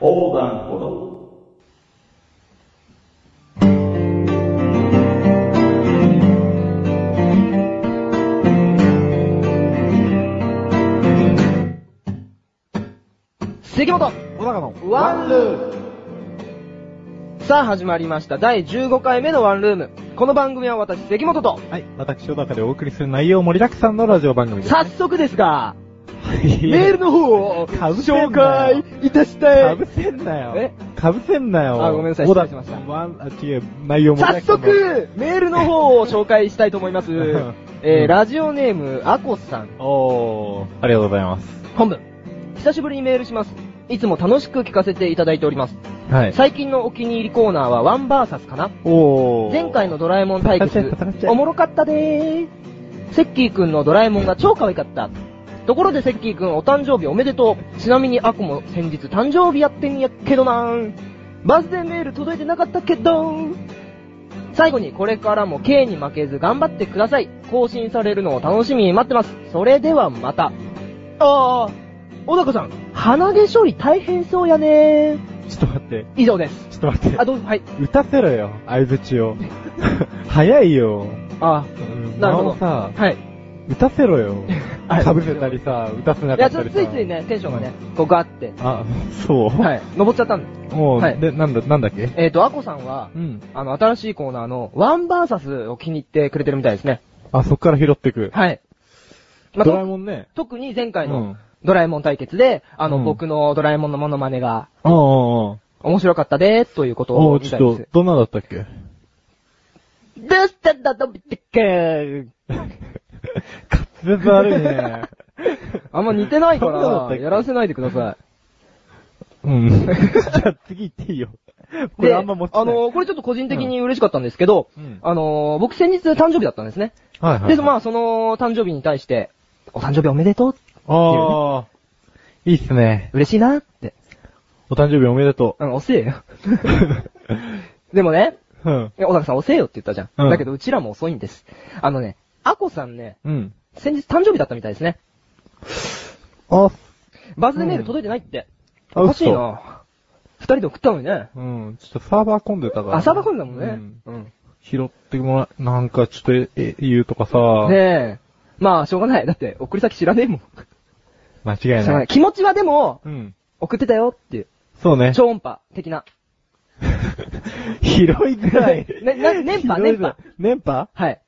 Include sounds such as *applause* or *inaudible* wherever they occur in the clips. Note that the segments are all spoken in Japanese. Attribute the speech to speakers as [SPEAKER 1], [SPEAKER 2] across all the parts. [SPEAKER 1] 横断歩道。
[SPEAKER 2] 関本小高の
[SPEAKER 3] ワンルーム
[SPEAKER 2] さあ始まりました第15回目のワンルームこの番組は私関本と
[SPEAKER 3] はい、私、小高でお送りする内容盛りだくさんのラジオ番組です。
[SPEAKER 2] 早速ですがメ
[SPEAKER 3] メ
[SPEAKER 2] ールの方を
[SPEAKER 3] かぶせんなよ
[SPEAKER 2] 紹介いたした
[SPEAKER 3] か
[SPEAKER 2] い
[SPEAKER 3] ぶせんなよ。
[SPEAKER 2] え
[SPEAKER 3] かぶせんなよ。
[SPEAKER 2] あごめんなさい
[SPEAKER 3] 小高
[SPEAKER 2] 失礼しました
[SPEAKER 3] ワンあ、違う、内容盛り
[SPEAKER 2] 早
[SPEAKER 3] だくさんの。
[SPEAKER 2] 速メールの方を紹介したいと思い
[SPEAKER 3] *laughs*
[SPEAKER 2] ます
[SPEAKER 3] うん
[SPEAKER 2] えーラジオネームあこさん
[SPEAKER 3] おー、ありがとうございます。
[SPEAKER 2] 本文久しぶりにメールしますいつも楽しく聞かせていただいております
[SPEAKER 3] はい。
[SPEAKER 2] 最近のお気に入りコーナーはワンバーサスかな
[SPEAKER 3] おー。
[SPEAKER 2] 前回のドラえもん対決
[SPEAKER 3] 戦っちゃえ
[SPEAKER 2] おもろかったでーすセッキーくんのドラえもんが超可愛かったところでセッキーくんお誕生日おめでとうちなみにアコも先日誕生日やってんやけどなーバースデーメール届いてなかったけど最後にこれからも K に負けず頑張ってください更新されるのを楽しみに待ってますそれではまたあー小高さん鼻毛処理大変そうやねー
[SPEAKER 3] ちょっと待って、
[SPEAKER 2] 以上です
[SPEAKER 3] ちょっと待って
[SPEAKER 2] あ。どうぞはい
[SPEAKER 3] 歌せろよ、相づ
[SPEAKER 2] *laughs*
[SPEAKER 3] ちを。早いよ。
[SPEAKER 2] あ
[SPEAKER 3] うん
[SPEAKER 2] なるほど
[SPEAKER 3] なおさ、
[SPEAKER 2] はい。
[SPEAKER 3] 歌せろよ
[SPEAKER 2] *laughs* はい
[SPEAKER 3] かぶせたりさ、歌せないか
[SPEAKER 2] や、
[SPEAKER 3] っ
[SPEAKER 2] ちょ
[SPEAKER 3] た
[SPEAKER 2] っと
[SPEAKER 3] りさ。
[SPEAKER 2] ついついね、テンションがね、こうガーって、
[SPEAKER 3] あ、そう。
[SPEAKER 2] はい、登っちゃったんです。
[SPEAKER 3] もう、
[SPEAKER 2] はい
[SPEAKER 3] で、なんだ、なんだっけ
[SPEAKER 2] えっ、と、アコさんは
[SPEAKER 3] う、ん。
[SPEAKER 2] あの、新しいコーナーの、ワンバーサスを気に入ってくれてるみたいですね。
[SPEAKER 3] あ、そっから拾ってく。
[SPEAKER 2] はい。まあ、
[SPEAKER 3] ドラえ
[SPEAKER 2] と
[SPEAKER 3] もんね。
[SPEAKER 2] 特に前
[SPEAKER 3] う
[SPEAKER 2] 回の
[SPEAKER 3] ん。
[SPEAKER 2] ドラえもん対決で、あの、
[SPEAKER 3] うん
[SPEAKER 2] 僕のドラえもんのモノマネが
[SPEAKER 3] うんうんうん。
[SPEAKER 2] 面白かったでー、ということ
[SPEAKER 3] お
[SPEAKER 2] を
[SPEAKER 3] う
[SPEAKER 2] み
[SPEAKER 3] ち
[SPEAKER 2] たいで
[SPEAKER 3] ょっ
[SPEAKER 2] す
[SPEAKER 3] と、。どんなだったっけ
[SPEAKER 2] どうしたんだ、のび太くん。
[SPEAKER 3] 滑舌悪いね。
[SPEAKER 2] あんま似てないか
[SPEAKER 3] *laughs* どんなだった
[SPEAKER 2] ら、
[SPEAKER 3] っけ
[SPEAKER 2] やらせないでください。
[SPEAKER 3] *laughs* うん。 *laughs* じゃあ次行っていいよ。これあんま持ち
[SPEAKER 2] あのーこれちょっと個人的に嬉しかったんですけど、
[SPEAKER 3] うん
[SPEAKER 2] あのー僕先日誕生日だったんですね。
[SPEAKER 3] はいはい。
[SPEAKER 2] で、まあ、その誕生日に対して、お誕生日おめでとう、
[SPEAKER 3] ああ、いいっすね。
[SPEAKER 2] 嬉しいなって。
[SPEAKER 3] お誕生日おめでと
[SPEAKER 2] うん、遅え
[SPEAKER 3] *laughs*
[SPEAKER 2] よ。でもね、
[SPEAKER 3] う。うん。
[SPEAKER 2] 小高さん遅えよって言ったじゃん。
[SPEAKER 3] うん
[SPEAKER 2] だけど、うちらも遅いんです。あのね、アコさんね、
[SPEAKER 3] うん。
[SPEAKER 2] 先日誕生日だったみたいですね。
[SPEAKER 3] あ、
[SPEAKER 2] バースデーメール届いてないって。
[SPEAKER 3] あ
[SPEAKER 2] おかしいな。二人で送ったのにね。
[SPEAKER 3] うん。ちょっとサーバー混んでたから。
[SPEAKER 2] 朝ばこんだもん
[SPEAKER 3] う
[SPEAKER 2] ね。うん。
[SPEAKER 3] 拾ってもら、なんかちょっと、え、言うとかさ、
[SPEAKER 2] ねえ。まあ、しょうがない。だって、送り先知らねえもん。
[SPEAKER 3] 間違い
[SPEAKER 2] しょうが
[SPEAKER 3] な
[SPEAKER 2] ない
[SPEAKER 3] い。
[SPEAKER 2] 気持ちはでも、
[SPEAKER 3] うん。
[SPEAKER 2] 送ってたよっていう。
[SPEAKER 3] そうね。 *laughs*
[SPEAKER 2] 超音波的な。
[SPEAKER 3] 広いぐら *laughs* い。
[SPEAKER 2] ねな年波
[SPEAKER 3] 広いぐらい。年波
[SPEAKER 2] はい。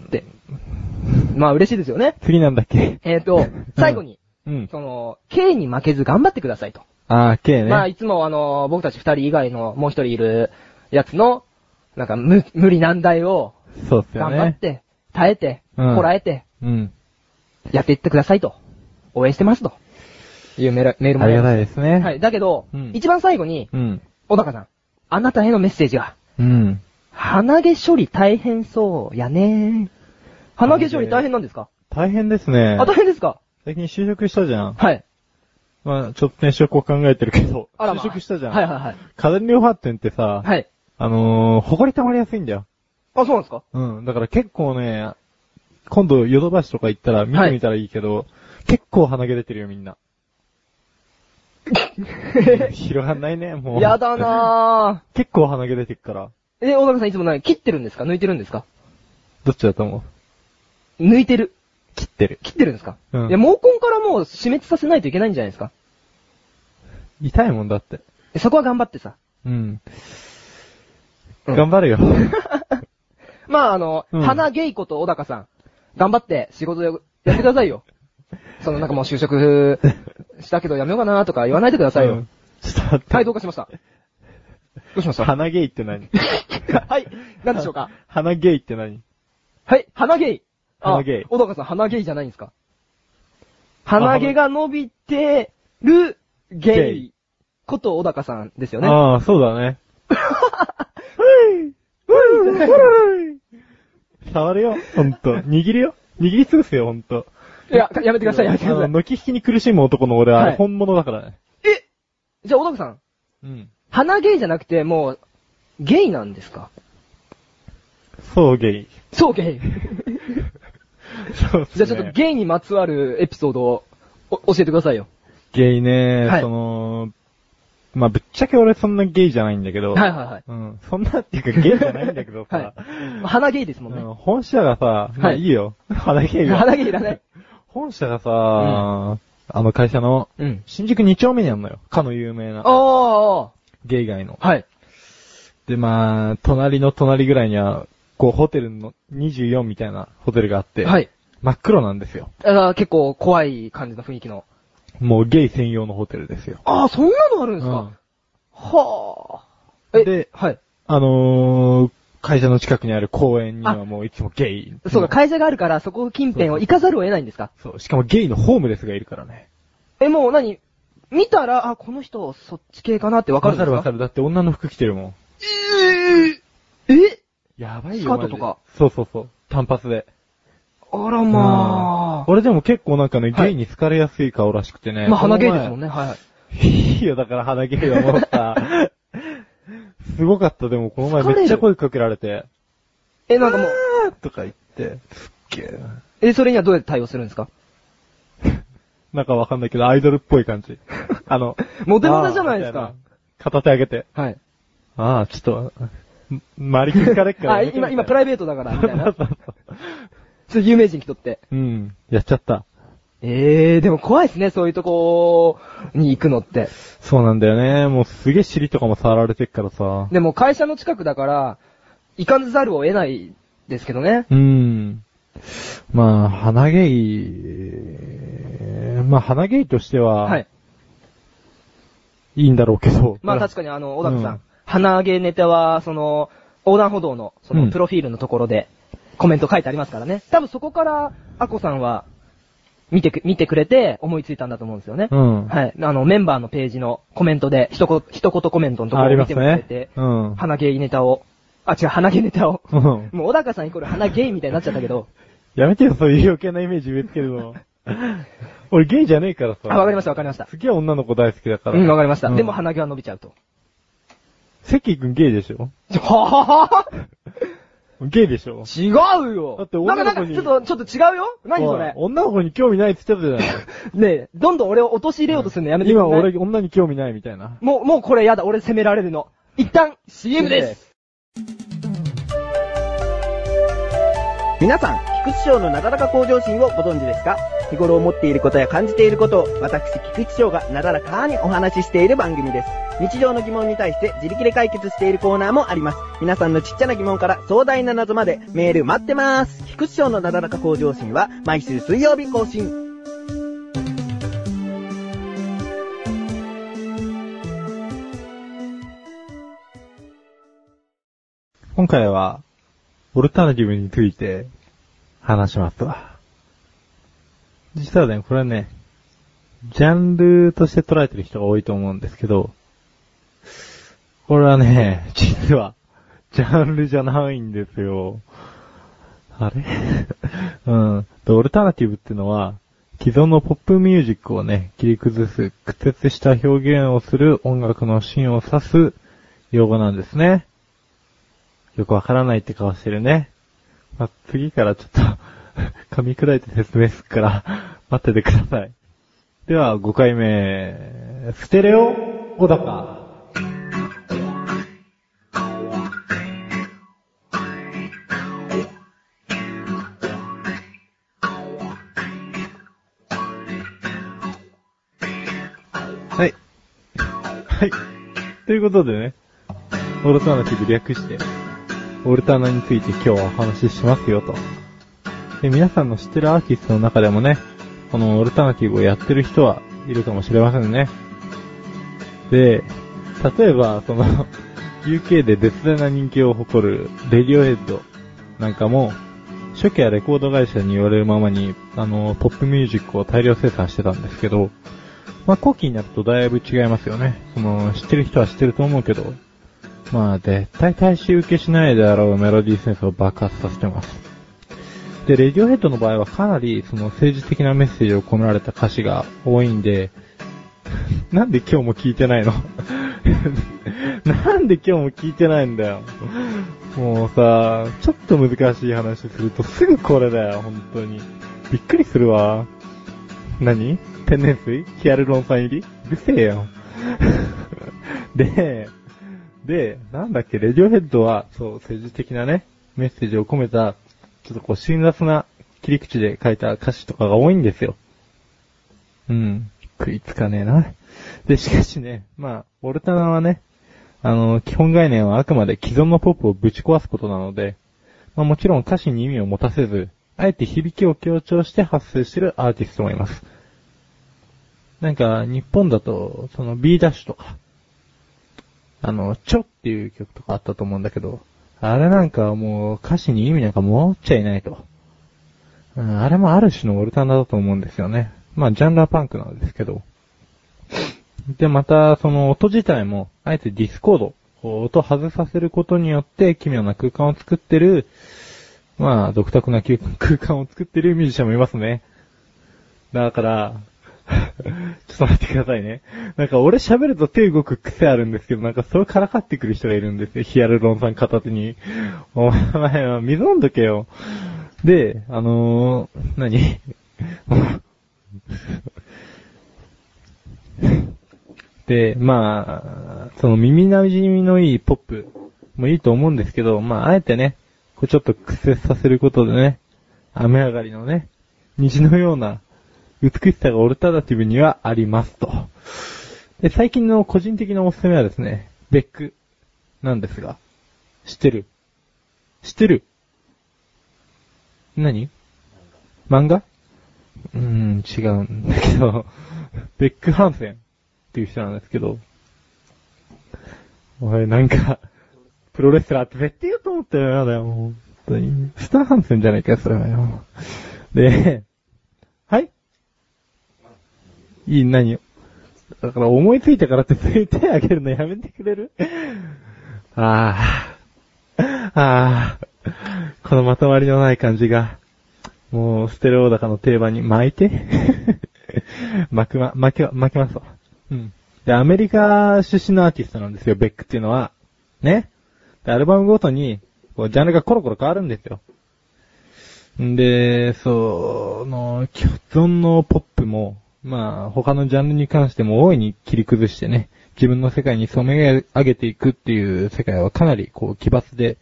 [SPEAKER 2] って。まあ、嬉しいですよね。
[SPEAKER 3] 次なんだっけ
[SPEAKER 2] えっ、と、最後に、
[SPEAKER 3] うん。
[SPEAKER 2] その、K に負けず頑張ってくださいと。
[SPEAKER 3] あー、K ね。
[SPEAKER 2] まあ、いつもあの、僕たち二人以外のもう一人いるやつの、なんか、無、無理難題を、
[SPEAKER 3] そうっすよ
[SPEAKER 2] 頑張っ
[SPEAKER 3] ね。
[SPEAKER 2] て、耐えて、
[SPEAKER 3] うん
[SPEAKER 2] こらえて、
[SPEAKER 3] うん。
[SPEAKER 2] やっていってくださいと。応援してますと。いうメール、メールも
[SPEAKER 3] ありがた
[SPEAKER 2] い
[SPEAKER 3] いですね。
[SPEAKER 2] はい。。だけど、
[SPEAKER 3] うん
[SPEAKER 2] 一番最後に、
[SPEAKER 3] うん。
[SPEAKER 2] 小高さん、あなたへのメッセージが、
[SPEAKER 3] うん。
[SPEAKER 2] 鼻毛処理大変そうやね鼻毛処理大変なんですか
[SPEAKER 3] 大変ですね
[SPEAKER 2] あ、。大変ですか
[SPEAKER 3] 最近就職したじゃん。
[SPEAKER 2] はい。
[SPEAKER 3] まあ、ちょっと転職を考えてるけど。
[SPEAKER 2] あらまあ
[SPEAKER 3] 就職したじゃん。
[SPEAKER 2] はいはいはい。
[SPEAKER 3] 家電量販店ってさ、
[SPEAKER 2] はい。
[SPEAKER 3] あのー、埃溜まりやすいんだよ。
[SPEAKER 2] あ、そうなんですか
[SPEAKER 3] うん。だから結構ね、今度ヨドバシとか行ったら見てみたらいいけど、結構鼻毛出てるよみ
[SPEAKER 2] *laughs*
[SPEAKER 3] んな。広がんないね、もう。
[SPEAKER 2] やだな
[SPEAKER 3] *laughs* 結構鼻毛出てくから。
[SPEAKER 2] ぁ。え、小高さんいつも何切ってるんですか抜いてるんですか
[SPEAKER 3] どっちだと思う
[SPEAKER 2] 抜いてる。
[SPEAKER 3] 切ってる。
[SPEAKER 2] 切ってるんですか、
[SPEAKER 3] うん
[SPEAKER 2] いや、毛根からもう死滅させないといけないんじゃないですか
[SPEAKER 3] 痛いもんだって。
[SPEAKER 2] えそこは頑張ってさ。
[SPEAKER 3] うん。
[SPEAKER 2] うん
[SPEAKER 3] 頑張るよ。
[SPEAKER 2] まあ、あの、
[SPEAKER 3] うん
[SPEAKER 2] 花ゲイこと小高さん、頑張って仕事よやってください
[SPEAKER 3] *laughs*
[SPEAKER 2] よ。そのなんかもう就職したけどやめようかなとか言わないでくだ *laughs* さいよ。
[SPEAKER 3] うんちょっと待って。
[SPEAKER 2] はい、どうかしました。どうしました
[SPEAKER 3] 鼻毛いって何
[SPEAKER 2] *laughs* はい、なんでしょうか
[SPEAKER 3] 鼻毛いって何
[SPEAKER 2] はい、鼻毛。あ
[SPEAKER 3] 鼻毛
[SPEAKER 2] 小高さん、鼻毛じゃないんですか鼻毛が伸びてるゲ
[SPEAKER 3] ゲ
[SPEAKER 2] イ
[SPEAKER 3] イ
[SPEAKER 2] こと小高さんですよね。
[SPEAKER 3] ああ、そうだね。 *laughs* 触るよ、ほんと。握るよ。握りつぶすよ、ほんと。
[SPEAKER 2] *laughs* いや、やめてください、やめて
[SPEAKER 3] あ
[SPEAKER 2] くださ
[SPEAKER 3] の、
[SPEAKER 2] い。
[SPEAKER 3] 軒引きに苦しむ男の俺は、あ
[SPEAKER 2] はい
[SPEAKER 3] れ本物だからね。
[SPEAKER 2] えじゃあ、小高さん、
[SPEAKER 3] うん。
[SPEAKER 2] 鼻ゲイじゃなくて、もう、ゲイなんですか
[SPEAKER 3] そう、ゲイ。
[SPEAKER 2] そうゲイ。
[SPEAKER 3] そうっす
[SPEAKER 2] *laughs*
[SPEAKER 3] ね
[SPEAKER 2] じゃあちょっとゲイにまつわるエピソードをお教えてくださいよ。
[SPEAKER 3] ゲイね、
[SPEAKER 2] はい
[SPEAKER 3] その、まあぶっちゃけ俺そんなゲイじゃないんだけど、
[SPEAKER 2] はいはいはい。
[SPEAKER 3] うん、そんなっていうかゲイじゃないんだけどさ、
[SPEAKER 2] はい鼻ゲイですもん
[SPEAKER 3] う
[SPEAKER 2] ね。
[SPEAKER 3] ん本社がさ、まあいいよ。鼻毛が。
[SPEAKER 2] 鼻毛いらない。
[SPEAKER 3] 本社がさ、あの会社の、
[SPEAKER 2] うん。
[SPEAKER 3] 新宿2丁目にあんのよ。かの有名な。
[SPEAKER 2] あ
[SPEAKER 3] ゲイ街の。
[SPEAKER 2] あ、はい。
[SPEAKER 3] で、まあ、隣の隣ぐらいには、こう、ホテルの24みたいなホテルがあって、
[SPEAKER 2] はい。
[SPEAKER 3] 真っ黒なんですよ。
[SPEAKER 2] だから結構怖い感じの雰囲気の。
[SPEAKER 3] もうゲイ専用のホテルですよ。
[SPEAKER 2] ああ、そんなのあるんです
[SPEAKER 3] う
[SPEAKER 2] か
[SPEAKER 3] ん
[SPEAKER 2] はあ。え、
[SPEAKER 3] で
[SPEAKER 2] はい。
[SPEAKER 3] あのー、会社の近くにある公園にはもういつもゲイ。
[SPEAKER 2] そうか、会社があるから、そこ近辺を行かざるを得ないんですか
[SPEAKER 3] そう、しかもゲイのホームレスがいるからね。
[SPEAKER 2] え、もう何見たら、あ、この人、そっち系かなってわかるんですか
[SPEAKER 3] わかるわかる。だって女の服着てるもん。
[SPEAKER 2] えーえ
[SPEAKER 3] やばいよ。
[SPEAKER 2] スカートとか
[SPEAKER 3] マジで。そうそうそう。単発で。
[SPEAKER 2] あらまあ。
[SPEAKER 3] 俺でも結構なんかね、
[SPEAKER 2] はい
[SPEAKER 3] ゲイに好かれやすい顔らしくてね。
[SPEAKER 2] まあ、鼻毛ですもん
[SPEAKER 3] ね。
[SPEAKER 2] ね、はい。
[SPEAKER 3] いいよ、だから鼻毛がもうさ。すごかった、でもこの前
[SPEAKER 2] 疲れる
[SPEAKER 3] めっちゃ声かけられて。
[SPEAKER 2] え、なんかもう、
[SPEAKER 3] あーとか言って。すっげえな。
[SPEAKER 2] え、それにはどうやって対応するんですか
[SPEAKER 3] なんかわかんないけど、アイドルっぽい感じ。あの、
[SPEAKER 2] *laughs* モテモテじゃないですか
[SPEAKER 3] あー。みたいな。片手上げて。
[SPEAKER 2] はい。
[SPEAKER 3] ああ、ちょっと、ん周り気づかれっから
[SPEAKER 2] あ、
[SPEAKER 3] やめてみ
[SPEAKER 2] 今、
[SPEAKER 3] たいな。
[SPEAKER 2] 今、プライベートだから、みた *laughs* いな。ち
[SPEAKER 3] そ
[SPEAKER 2] ょ
[SPEAKER 3] う
[SPEAKER 2] っ
[SPEAKER 3] そうそう
[SPEAKER 2] と有名人来とって。
[SPEAKER 3] *laughs* うん。やっちゃった。
[SPEAKER 2] ええー、でも怖いですね、そういうとこに行くのって。
[SPEAKER 3] そうなんだよね。もうすげえ尻とかも触られてっからさ。
[SPEAKER 2] でも会社の近くだから、行かざるを得ないですけどね。
[SPEAKER 3] うん。まあ、鼻毛いまあ、鼻毛としては、
[SPEAKER 2] はいい。。
[SPEAKER 3] いんだろうけど。
[SPEAKER 2] まあ確
[SPEAKER 3] か
[SPEAKER 2] かにあの、小高さん、
[SPEAKER 3] うん
[SPEAKER 2] 鼻毛ネタは、その、横断歩道の、そ
[SPEAKER 3] うん
[SPEAKER 2] の、プロフィールのところで、コメント書いてありますからね。多分そこから、アコさんは、見てく、見てくれて、思いついたんだと思うんですよね。
[SPEAKER 3] うん。
[SPEAKER 2] はい。あの、メンバーのページのコメントで、一言、一言コメントのとこ
[SPEAKER 3] あり
[SPEAKER 2] ろを見
[SPEAKER 3] ます
[SPEAKER 2] てもらえて
[SPEAKER 3] ね、。うん。
[SPEAKER 2] 鼻毛ネタを、あ、違う、鼻毛ネタを。
[SPEAKER 3] うん
[SPEAKER 2] もう小高さんイコール鼻ゲイみたいになっちゃったけ
[SPEAKER 3] *laughs*
[SPEAKER 2] ど、
[SPEAKER 3] やめてよ、そういう余計なイメージ植え付けるの。俺ゲイじゃねえからさ。
[SPEAKER 2] あ、わかりました、わかりました。
[SPEAKER 3] すげえ女の子大好きだから。
[SPEAKER 2] うん、わかりました。でも
[SPEAKER 3] は、
[SPEAKER 2] 鼻毛は伸びちゃう
[SPEAKER 3] *laughs*
[SPEAKER 2] と。
[SPEAKER 3] 関君ゲイでしょ
[SPEAKER 2] はぁ
[SPEAKER 3] ゲイでしょ
[SPEAKER 2] 違うよ
[SPEAKER 3] だって
[SPEAKER 2] なんか
[SPEAKER 3] 女の
[SPEAKER 2] なんか、
[SPEAKER 3] 子に
[SPEAKER 2] ちょっと、ちょっと違うよ何そ
[SPEAKER 3] おい
[SPEAKER 2] れ
[SPEAKER 3] 女の子に興味ないって言ってたじゃ
[SPEAKER 2] ねえ、どんどん俺を陥れようとするの *laughs* やめ
[SPEAKER 3] ない。
[SPEAKER 2] てくれ
[SPEAKER 3] 今
[SPEAKER 2] ない
[SPEAKER 3] 俺女に興味ないみたいな。
[SPEAKER 2] もう、もうこれやだ、俺責められるの。一旦、CM です
[SPEAKER 1] 皆さん、菊池賞のなだらか向上心をご存知ですか日頃思っていることや感じていることを、私、菊池賞がなだらかにお話ししている番組です。日常の疑問に対して自力で解決しているコーナーもあります。皆さんのちっちゃな疑問から壮大な謎までメール待ってます。菊池賞のなだらか向上心は毎週水曜日更新。
[SPEAKER 3] 今回は、オルタナティブについて、話しますわ。実はね、これはね、ジャンルとして捉えてる人が多いと思うんですけど、これはね、実は、ジャンルじゃないんですよ。あれ *laughs* うん。でオルタナティブってのは、既存のポップミュージックをね、切り崩す、苦節した表現をする音楽のシーンを指す用語なんですね。よくわからないって顔してるね。まあ、次からちょっと、 *laughs* 噛み砕いて説明するから、 *laughs* 待っててください。では、5回目、ステレオ、小高。はい。はい。ということでね、オルタナティブ略して、オルタナについて今日はお話ししますよと。で、皆さんの知ってるアーティストの中でもね、このオルタナティブをやってる人はいるかもしれませんね。で、例えば、その、UK *laughs* で絶大な人気を誇るレディオヘッドなんかも、初期はレコード会社に言われるままに、あの、ポップミュージックを大量生産してたんですけど、まあ、後期になるとだいぶ違いますよね。その、知ってる人は知ってると思うけど、まあ、絶対大衆受けしないであろうメロディーセンスを爆発させてます。で、レディオヘッドの場合はかなりその政治的なメッセージを込められた歌詞が多いんで、 *laughs* なんで今日も聞いてないの *laughs* なんで今日も聞いてないんだよ。もうさ、ちょっと難しい話するとすぐこれだよ、本当に。びっくりするわ。何天然水ヒアルロン酸入りうるせえよ。 *laughs* で、で、なんだっけ、レディオヘッドは、そう、政治的なね、メッセージを込めた、ちょっとこう、辛辣な切り口で書いた歌詞とかが多いんですよ。うん。食いつかねえな。で、しかしね、まあ、オルタナはね、あの、基本概念はあくまで既存のポップをぶち壊すことなので、まあもちろん歌詞に意味を持たせず、あえて響きを強調して発生しているアーティストもいます。なんか、日本だと、その B ダッシュとか、あの、ちょっていう曲とかあったと思うんだけど、あれなんかもう歌詞に意味なんか持っちゃいないと。うん、あれもある種のオルタナだと思うんですよね。まあ、ジャンルはパンクなんですけど。で、また、その音自体も、あえてディスコード、音を外させることによって、奇妙な空間を作ってる、まあ、独特な空空間を作ってるミュージシャンもいますね。だから、 *laughs* ちょっと待ってくださいね。なんか俺喋ると手動く癖あるんですけど、なんかそれからかってくる人がいるんですよ。ヒアルロンさん片手に。お前は水飲んどけよ。で、あのー、何 *laughs* で、まあ、その耳馴染みのいいポップもいいと思うんですけど、まあ、あえてね、こうちょっと屈折させることでね、雨上がりのね、虹のような美しさがオルタナティブにはありますと。で、最近の個人的なおすすめはですね、ベックなんですが、知ってる知ってる何漫画うーん、違うんだけど、 *laughs* ベックハンセンっていう人なんですけど、おい、なんか、プロレスラーって絶対言うと思ったよ、やだよ、もう。本当に。スターハンセンじゃないかよ、それはよ。で、はいいい、何だから思いついたからって *laughs* 手手あげるのやめてくれるああ。ああ。このまとまりのない感じが、もう、ステレオ高の定番に巻いて *laughs* 巻くま、巻き、巻きますわ。うん。で、アメリカ出身のアーティストなんですよ、ベックっていうのは。ね。で、アルバムごとに、こう、ジャンルがコロコロ変わるんですよ。んで、その、既存のポップも、まあ、他のジャンルに関しても大いに切り崩してね、自分の世界に染め上げていくっていう世界はかなり、こう、奇抜で、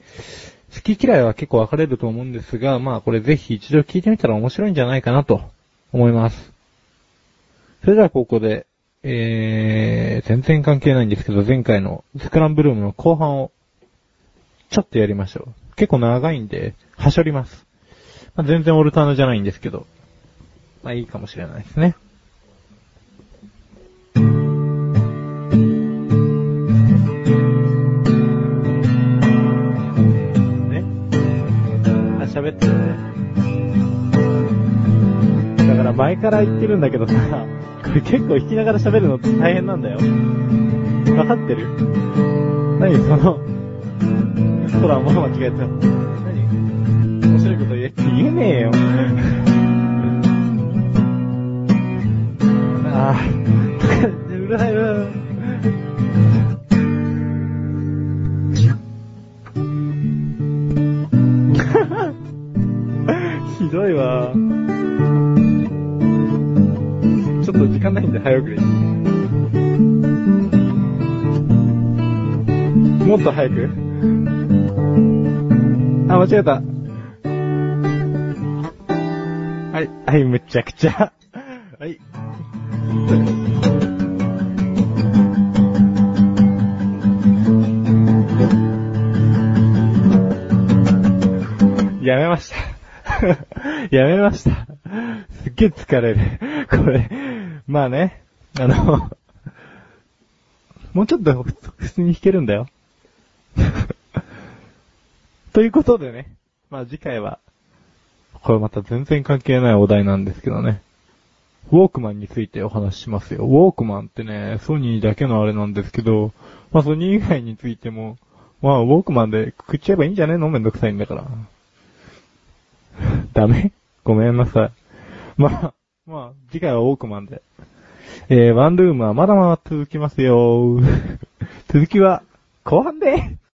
[SPEAKER 3] 好き嫌いは結構分かれると思うんですが、まあ、これぜひ一度聞いてみたら面白いんじゃないかなと、思います。それではここで、えー、全然関係ないんですけど、前回のスクランブルームの後半を、ちょっとやりましょう。結構長いんで、はしょります。まあ、全然オルタナじゃないんですけど、まあいいかもしれないですね。ね。あ、喋ってるね。だから前から言ってるんだけどさ、これ結構弾きながら喋るのって大変なんだよ。わかってる何その、ほら、もう間違えた。何面白いこと言えって言えねえよ。ああ、うるさいうるさい。ひどいわ。ちょっと時間ないんで早送り。もっと早くあ、間違えた。はい、はい、むちゃくちゃ。はい。やめました。やめました。 *laughs* すっげえ疲れる。これ、まあね、あの、もうちょっとふ普通に弾けるんだよ。 *laughs* ということでね、まあ次回は、これまた全然関係ないお題なんですけどね。ウォークマンについてお話ししますよ。ウォークマンってね、ソニーだけのあれなんですけど、まあソニー以外についても、まあウォークマンで食っちゃえばいいんじゃねえのめんどくさいんだから。 *laughs* ダメごめんなさい。まあ、まあ、次回はウォークマンで。え *laughs* ー、ワンルームはまだまだ続きますよ。続きは、後半で